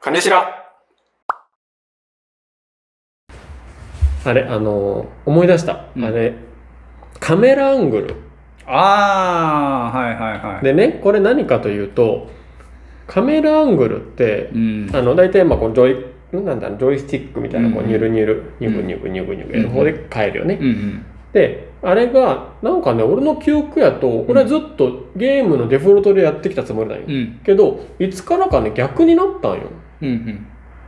金白あれ、あのー思い出した。うんあれ、カメラアングル。ああ、はいはいはい。でね、これ何かというと、カメラアングルってう、ん。あの、大体、まあ、このジョイ、なんだろうジョイスティックみたいな、こう、うんニュルニュル、ニュグニュグニュグニュグやる方で変えるよね。うんで、あれが、なんかね、俺の記憶やと、これはずっとゲームのデフォルトでやってきたつもりなんよ。うん。うん。けど、いつからかね、逆になったんよ。うん。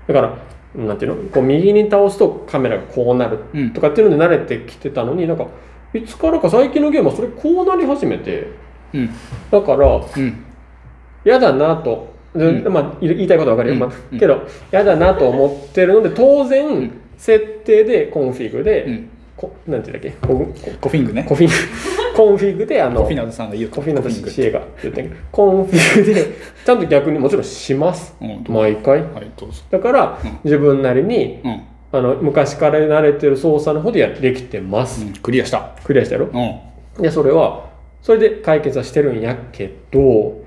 だから、なんていうのこう、右に倒すとカメラがこうなるうんと。かっていうので慣れてきてたのになんかいつからか最近のゲームはそれこうなり始めてうん。だからうん。嫌だなと、でうんまあ、言い言いたいことは分かるよ、うんまあ、けど嫌だなと思ってるので当然ん設定でコンフィグで、うん。こなんていうんだっけコンコフィングね。 コフィグコンフィグであのコフィナードさんが言うコフィナとグ。シエが言ってんけどコンフィグでちゃんと逆にもちろんしますうん。どう毎回はい、どうぞ。だからうん自分なりにうん。あの昔から慣れてる操作の方でやってできてます、うんクリアした。クリアしたやろうん。でそれはそれで解決はしてるんやけど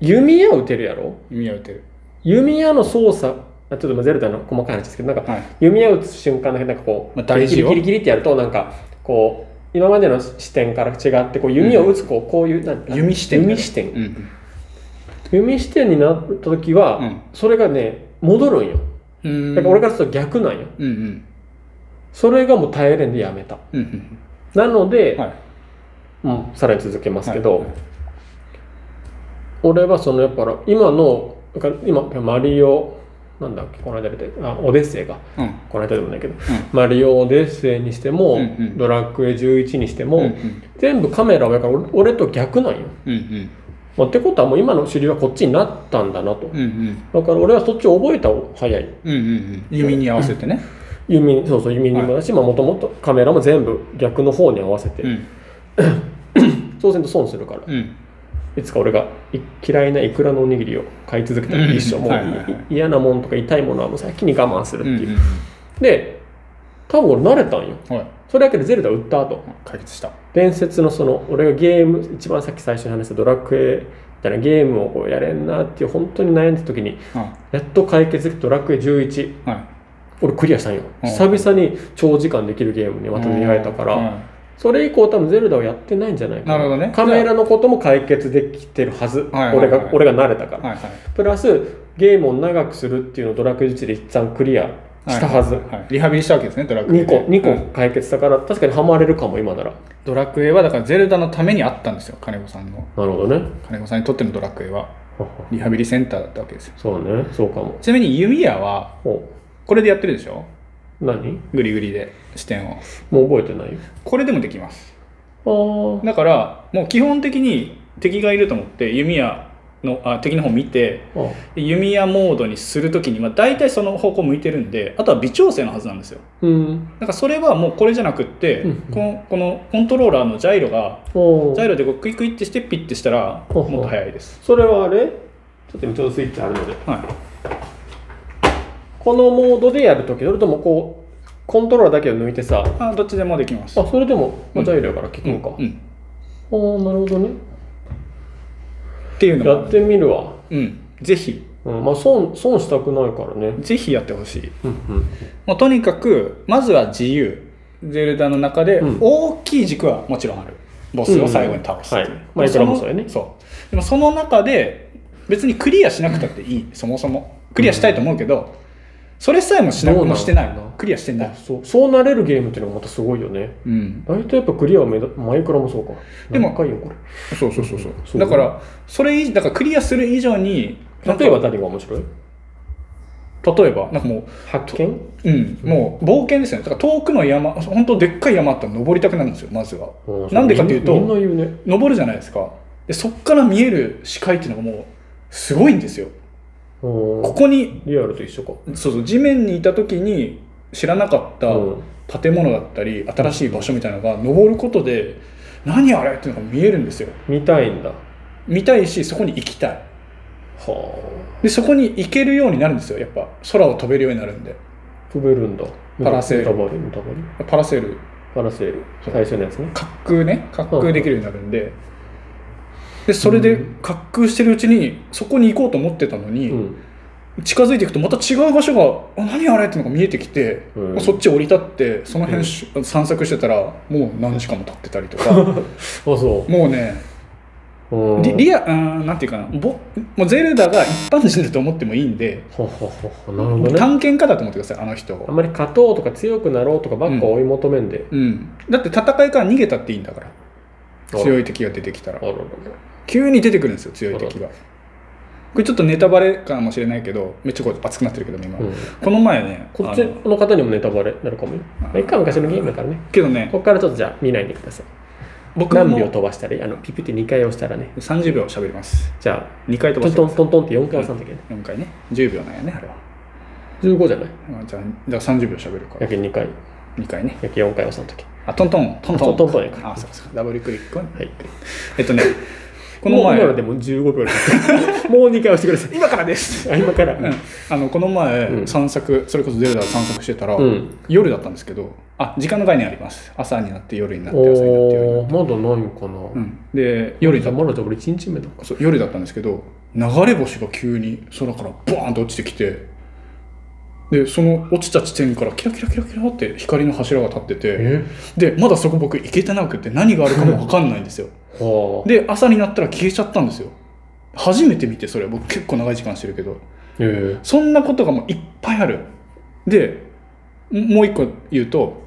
弓矢打てるやろ意味は打てる。弓矢の操作あちょっとまあゼルダの細かい話ですけどなんかはい。弓矢打つ瞬間だけなんかこう、まあ大キ事リよキリキリってやるとなんかこう今までの視点から違ってこう弓を打つこうこういうなんか弓視点だね弓視点、うん。弓視点になった時は、うんそれがね戻るんようん。だから俺からすると逆なんようんうん。それがもう耐えれんでやめたうんなのうで、ん。はい。うんさらに続けますけど、はい俺はそのやっぱ今のだから今マリオなんだっけこの間出てあオデッセイがうん。この間でもないけど、マリオオデッセイにしても、うんうんドラクエ11にしても、うんうん。全部カメラはやから俺俺と逆なんよ、うんうん。まあってことはもう今の主流はこっちになったんだなと、うんうん。だから俺はそっちを覚えた方が早いうんうんうん。弓に合わせてね。弓そうそう弓にもだしもともとカメラも全部逆の方に合わせて、うん。そうすると損するから、うん。いつか俺がい嫌いなイクラのおにぎりを買い続けたら一緒、うんもういはいはいはい嫌なもんとか痛いものはもう先に我慢するっうてんいう、うん。で多分俺慣れたんよはい。それだけでゼルダ売った後解決した。伝説のその俺がゲーム一番さっき最初に話したドラクエみたいなゲームをこうやれんなっていう本当に悩んだ時にはやっと解決できたドラクエ11い。はい。俺クリアしたんようん久々に長時間できるゲームにまた出会えたから、うんそれ以降多分ゼルダをやってないんじゃないかななるほどねカメラのことも解決できてるはず、はいはいはい俺が俺が慣れたから、はいはい。プラスゲームを長くするっていうのをドラクエ術で一旦クリアしたはず、はい、リハビリしたわけですねドラクエ2個二2個解決したから、確かにハマれるかも今ならなドラクエはだからゼルダのためにあったんですよ金子さんのるほどね金子さんにとってのドラクエはははリハビリセンターだったわけですよそうねそうかもちなみに弓矢はおこれでやってるでしょ何グリグリで視点をもう覚えてないよこれでもできますあーだからもう基本的に敵がいると思って弓矢のあ敵の方見てあで弓矢モードにするときに、まあ、大体その方向向いてるんであとは微調整のはずなんですようんだからそれはもうこれじゃなくって、うんこのこのコントローラーのジャイロがおジャイロでこうクイクイってしてピッてしたらほもうほうっと早いです。それはあれちょっと今ちょうどスイッチあるのではい。このモードでやるときそれともこうコントローラーだけを抜いてさああどっちでもできます。それでも、まあ、ジャイロやから効くのか、うんうん。ああなるほどねっていうのやっも。てみるわ、うん。ぜひうん、まあ損損したくないからねぜひやってほしい。うんうんもうとにかくまずは自由。ゼルダの中でうん大きい軸はもちろんある。ボスを最後に倒すっうてい。んうんはいうまあいくらものそうやねそう。でもその中で別にクリアしなくたっていい。そもそもクリアしたいと思うけど、それさえもしなどくうなものしてない。クリアしてなあい。そうそうなれるゲームっていうのがまたすごいよねうん。大体やっぱクリアを目指マイクラもそうかでも何回よこれそうそうそうそそうう。だからそれ以だからクリアする以上に例えば何が面白い例えばなんかも発見う、うん、もう冒険ですよねだから遠くの山本当でっかい山あったら登りたくなるんですよまずはうんなんでかっていうとみんな言うね登るじゃないですかでそっから見える視界っていうのがもうすごいんですようんここにリアルと一緒かそうそう地面にいた時に知らなかうんった建物だったり新しい場所みたいなのが登ることで何あれっていうのが見えるんですよ見たいんだは見たいしそこに行きたいあでそこに行けるようになるんですよやっぱ空を飛べるようになるんで飛べるんだパラセールメタバリメタバリパラセールパラセールそう最初のやつね滑空ね滑空できるようになるんででそれで滑空してるうちにそこに行こうと思ってたのに、うん近づいていくとまた違う場所が「あ何あれ?」ってのが見えてきて、うんそっち降り立ってその辺し、散策してたらもう何時間も経ってたりと かあそもうねううんリリアうんなんていうかなぼもうゼルダが一般人だと思ってもいいんで、ほほほほなるほどね探検家だと思ってくださいあの人あんまり勝とうとか強くなろうとかばっか追い求めんで、うん、だって戦いから逃げたっていいんだから強い敵が出てきたらあららら急に出てくるんですよ強い敵がこれちょっとネタバレかもしれないけどめっちゃこう熱くなってるけど今、うんこの前ねこっちあのの方にもネタバレになるかもよ。まあ、一回は昔のゲームだからね。けどねここからちょっとじゃあ見ないでください。僕何秒も飛ばしたらあのピピって2回押したらね。 30秒喋りますじゃ2回あ、飛トばンしてトまンすトントンって4回押さんときね。 4回ね10秒なんやねあれは15じゃないまあじゃあだから30秒喋るかやらけ2回、 2回ねやけ4回押さんとき。あトントントントンあトントンやからあそうそうダブルクリックはい。え っとねここのの前前。今のでも15秒です もう2回押してくださ今からです い。あ、今から。うんあのこの前うん散策それこそゼルダを散策してたら、うん夜だったんですけどあ時間の概念あります朝になって夜になって朝になって夜になおっー、まだないんかな。て、うん、で夜だじゃあまだじゃあ俺1日目だ。そう夜だったんですけど流れ星が急に空からボーンと落ちてきてでその落ちた地点からキラキラキラキラって光の柱が立っててえでまだそこ僕行けてなくて何があるかも分かんないんですよはあ。で朝になったら消えちゃったんですよ初めて見てそれ僕結構長い時間してるけどえーそんなことがもういっぱいある。で、もう一個言うと、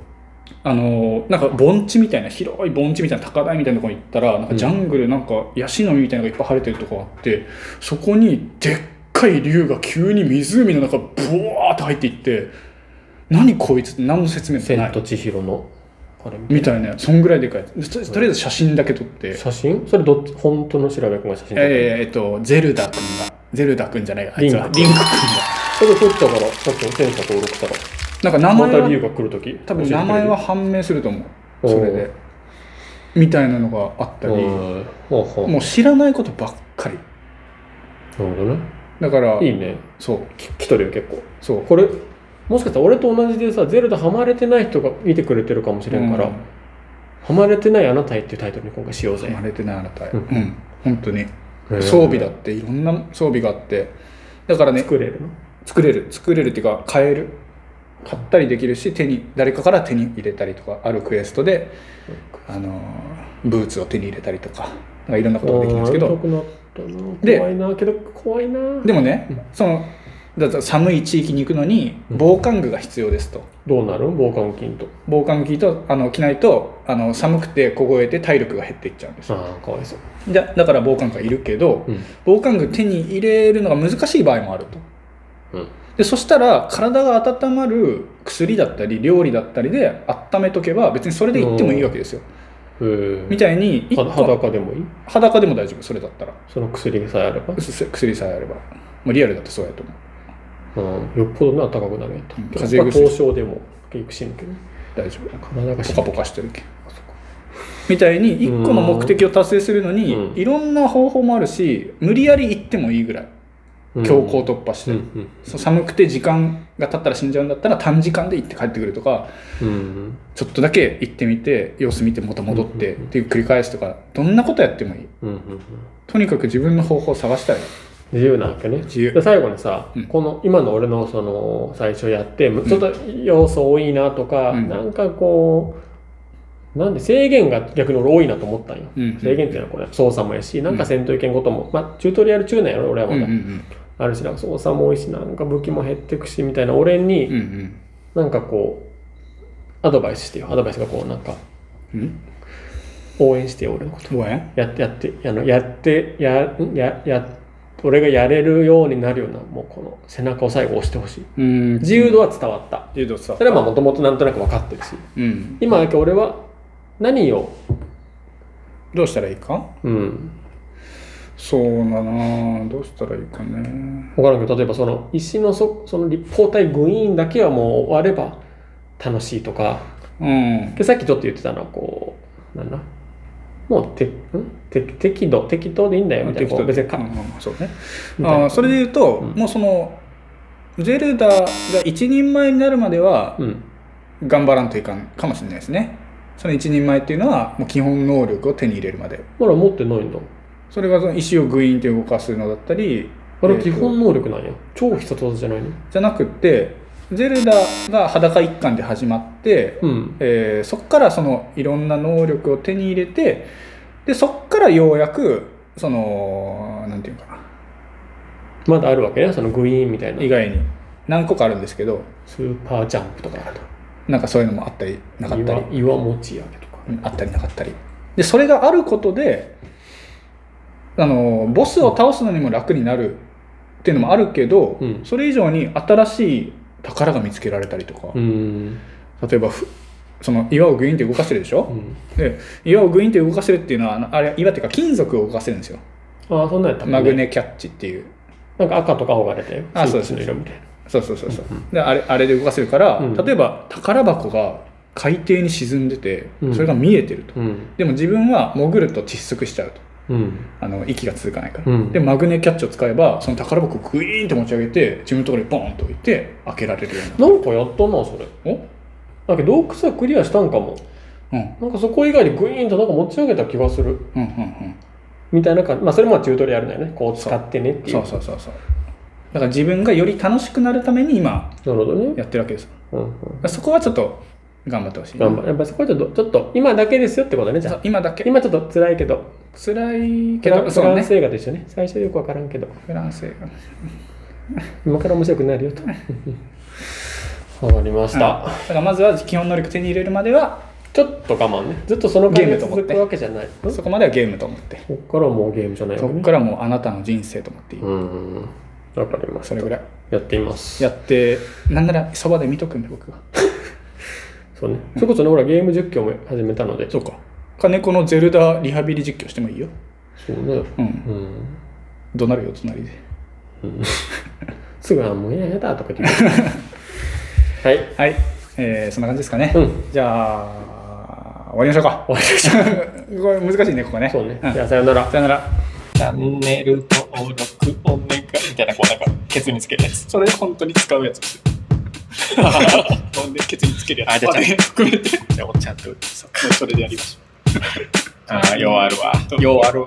あのーなんか盆地みたいな、広い盆地みたいな高台みたいなところに行ったら、なんかジャングル、なんかヤシの実みたいなのがいっぱい生えてるとこがあって、そこにでっかい竜が急に湖の中、ブワーって入っていって、何こいつって何の説明もな千い。と千尋の、あれみたいみたいな、そんぐらいでかいやつ。ととりあえず写真だけ撮ってな。、写真それどっち、本当の調べ君が写真撮ったえーえっと、ゼルダ君が、ゼルダ君じゃないあいつは、リリンンクク君が。それ取ったから、さっきのセンサー登録したら。なんか名ま前たは理由が来るとき。多分名前は判明すると思うおーそれでみたいなのがあった教えりてくれる。もうんほうほうなう知らないことばっかりるほどね。だからいいね。そうき来とるよ、結構。そうこれ、もしかしたら俺と同じでさ、ゼルダハマれてない人が見てくれてるかもしれんから、うんハマれてないあなたへっていうタイトルに今回しようぜ生。まれてないあなたへううんん本当にへー装備だっていろんな装備があってだからね作れるの作れる作れるっていうか買える買ったりできるし手に誰かから手に入れたりとかあるクエストであのーブーツを手に入れたりとかなんかいろんなことができるんですけあーやどりたくなったでな。怖いな、けど怖いな。でもねそのだから寒い地域に行くのに防寒具が必要ですとどうなる防寒筋と。防寒着とあの着ないとあの寒くて凍えて体力が減っていっちゃうんですよああ、かわいそう。だだから防寒具はいるけどうん。防寒具手に入れるのが難しい場合もあるとうん。でそしたら体が温まる薬だったり料理だったりで温めとけば別にそれで行ってもいいわけですよえーみたいに一個は裸でもいい裸でも大丈夫それだったらその薬さえあればう。す薬さえあればもうリアルだとそうやと思ううん、よっぽどな高くなるやうんと。風邪まあ薬凍傷でも結局死ぬけどね。大丈夫体が死ポぬカポカしてるけみたいに一個の目的を達成するのにうんいろんな方法もあるし無理やり行ってもいいぐらい強行突破して、うんそう寒くて時間が経ったら死んじゃうんだったら短時間で行って帰ってくるとかうんうんちょっとだけ行ってみて様子見てまた戻ってっていう繰り返すとかどんなことやってもいいうんうんうんとにかく自分の方法を探したらいい自由なわけね自由で最後にさ、うんこの今の俺のその最初やってちょっと要素多いなとか、うんなんかこうなんで制限が逆に俺多いなと思ったんよ、うん制限っていうのはこれ操作もやしなんか戦闘意見ごとも、まあチュートリアル中なんやろ俺はうまんだ、うんうんあるしなんか操作も多いしなんか武器も減ってくしみたいな俺に、うんうんなんかこうアドバイスしてよアドバイスがこうなんかうん応援してよ俺のこと応援やってやってあのやってやんやや俺がやれるようになるようなもうこの背中を最後押してほしいうん自由度は伝わった自由度さそれはもともとなんとなく分かってるしうん今だけ俺は何をどうしたらいいかうんそうだなあどうしたらいいかね分からんけど例えばその石のそその立方体軍員だけはもう終われば楽しいとかうんでさっきちょっと言ってたのはこうなんだもうてんて適度適当でいいんだよみたいなこう別にかうんうんそうねみたいあーなそれで言うと、うんもうそのゼルダが一人前になるまではうん頑張らんといかんかもしれないですねその一人前っていうのはもう基本能力を手に入れるまでまだ持ってないんだそれがその石をグイーンって動かすのだったりあれは基本能力なんや。超必殺技じゃないのじゃなくてゼルダが裸一貫で始まって、うん。えーそこからそのいろんな能力を手に入れてでそこからようやくそのなんていうのかまだあるわけね、そのグイーンみたいなな以。外に何個かあるんですけどスーパージャンプとかあるなんかそういうのもあったりなかと。ったり岩岩持ち上げとか。うんあったりなかったりでそれがあることであのボスを倒すのにも楽になるっていうのもあるけど、うんそれ以上に新しい宝が見つけられたりとか、うん。例えばふその岩をグイーンって動かせるでしうょ、ん、で岩をグイーンって動かせるっていうのはあのあれ岩っていうか金属を動かせるんですよああ、そんなんやったもんマグ。ネキャッチっていうなんか赤とか青が出たよ。あスイッチそのうです色みたいな。そうそうそうそう、であれあれで動かせるから、うん例えば宝箱が海底に沈んでてうんそれが見えてると、うん。でも自分は潜ると窒息しちゃうとうん。あの息が続かないから、うんでマグネキャッチを使えばその宝箱をグイーンって持ち上げて自分のところにボンと置いて開けられるようになるなんかやったな、それ。なんか洞窟はクリアしたんかも。おうんなんかそこ以外にグイーンとなんか持ち上げた気がする。うんうんみたいな感じ。まあ、それもチュートリアルだよね。こう使ってねっうんていう。そうそうそうそうだから自分がより楽しくなるために今なるほどね。やってるわけですうんうん。そこはちょっと頑張ってほしい頑張るやっぱそこはちょっと、ちょっと、今だけですよってことね、じゃそあ。う今だけ今ちょっと辛いけど。辛いフけランどフそうランねス映画と一緒ね。最初よくわからんけ ど。フランス映画今から面白くなるよと。 わかりましうた。んだからまずは基本能力手に入れるまではちょっと我慢ね。ずっとそのゲ感ーじがムと思続ってくわけじゃない。うんそこまではゲームと思ってこっからはもうゲームじゃないよそこね。からもうあなたの人生と思っていい、うん。わかりましそたれ。ぐらいやってみます。やってなんならそばで見とくんで僕はそうね。それこそね、ほら、ゲーム実況も始めたので。そうか金子のゼルダリハビリ実況してもいいよそうね。うんうん。怒鳴るよ隣ですぐ、あ、もう嫌だとか言 って。はい。はい、えーそんな感じですかね、うんじゃあ終わりましょうか終わりましょう これ難しいねここねそうね。んじゃあ、さようなら。さよならチャンネル登録お願い。みたいなこうなんかケツにつけるやつそれ本当に使うやつ 飲んでケツにつけるやつあじゃあ含めてじゃあちゃんとそれでやりましょうああ弱るわ弱るわ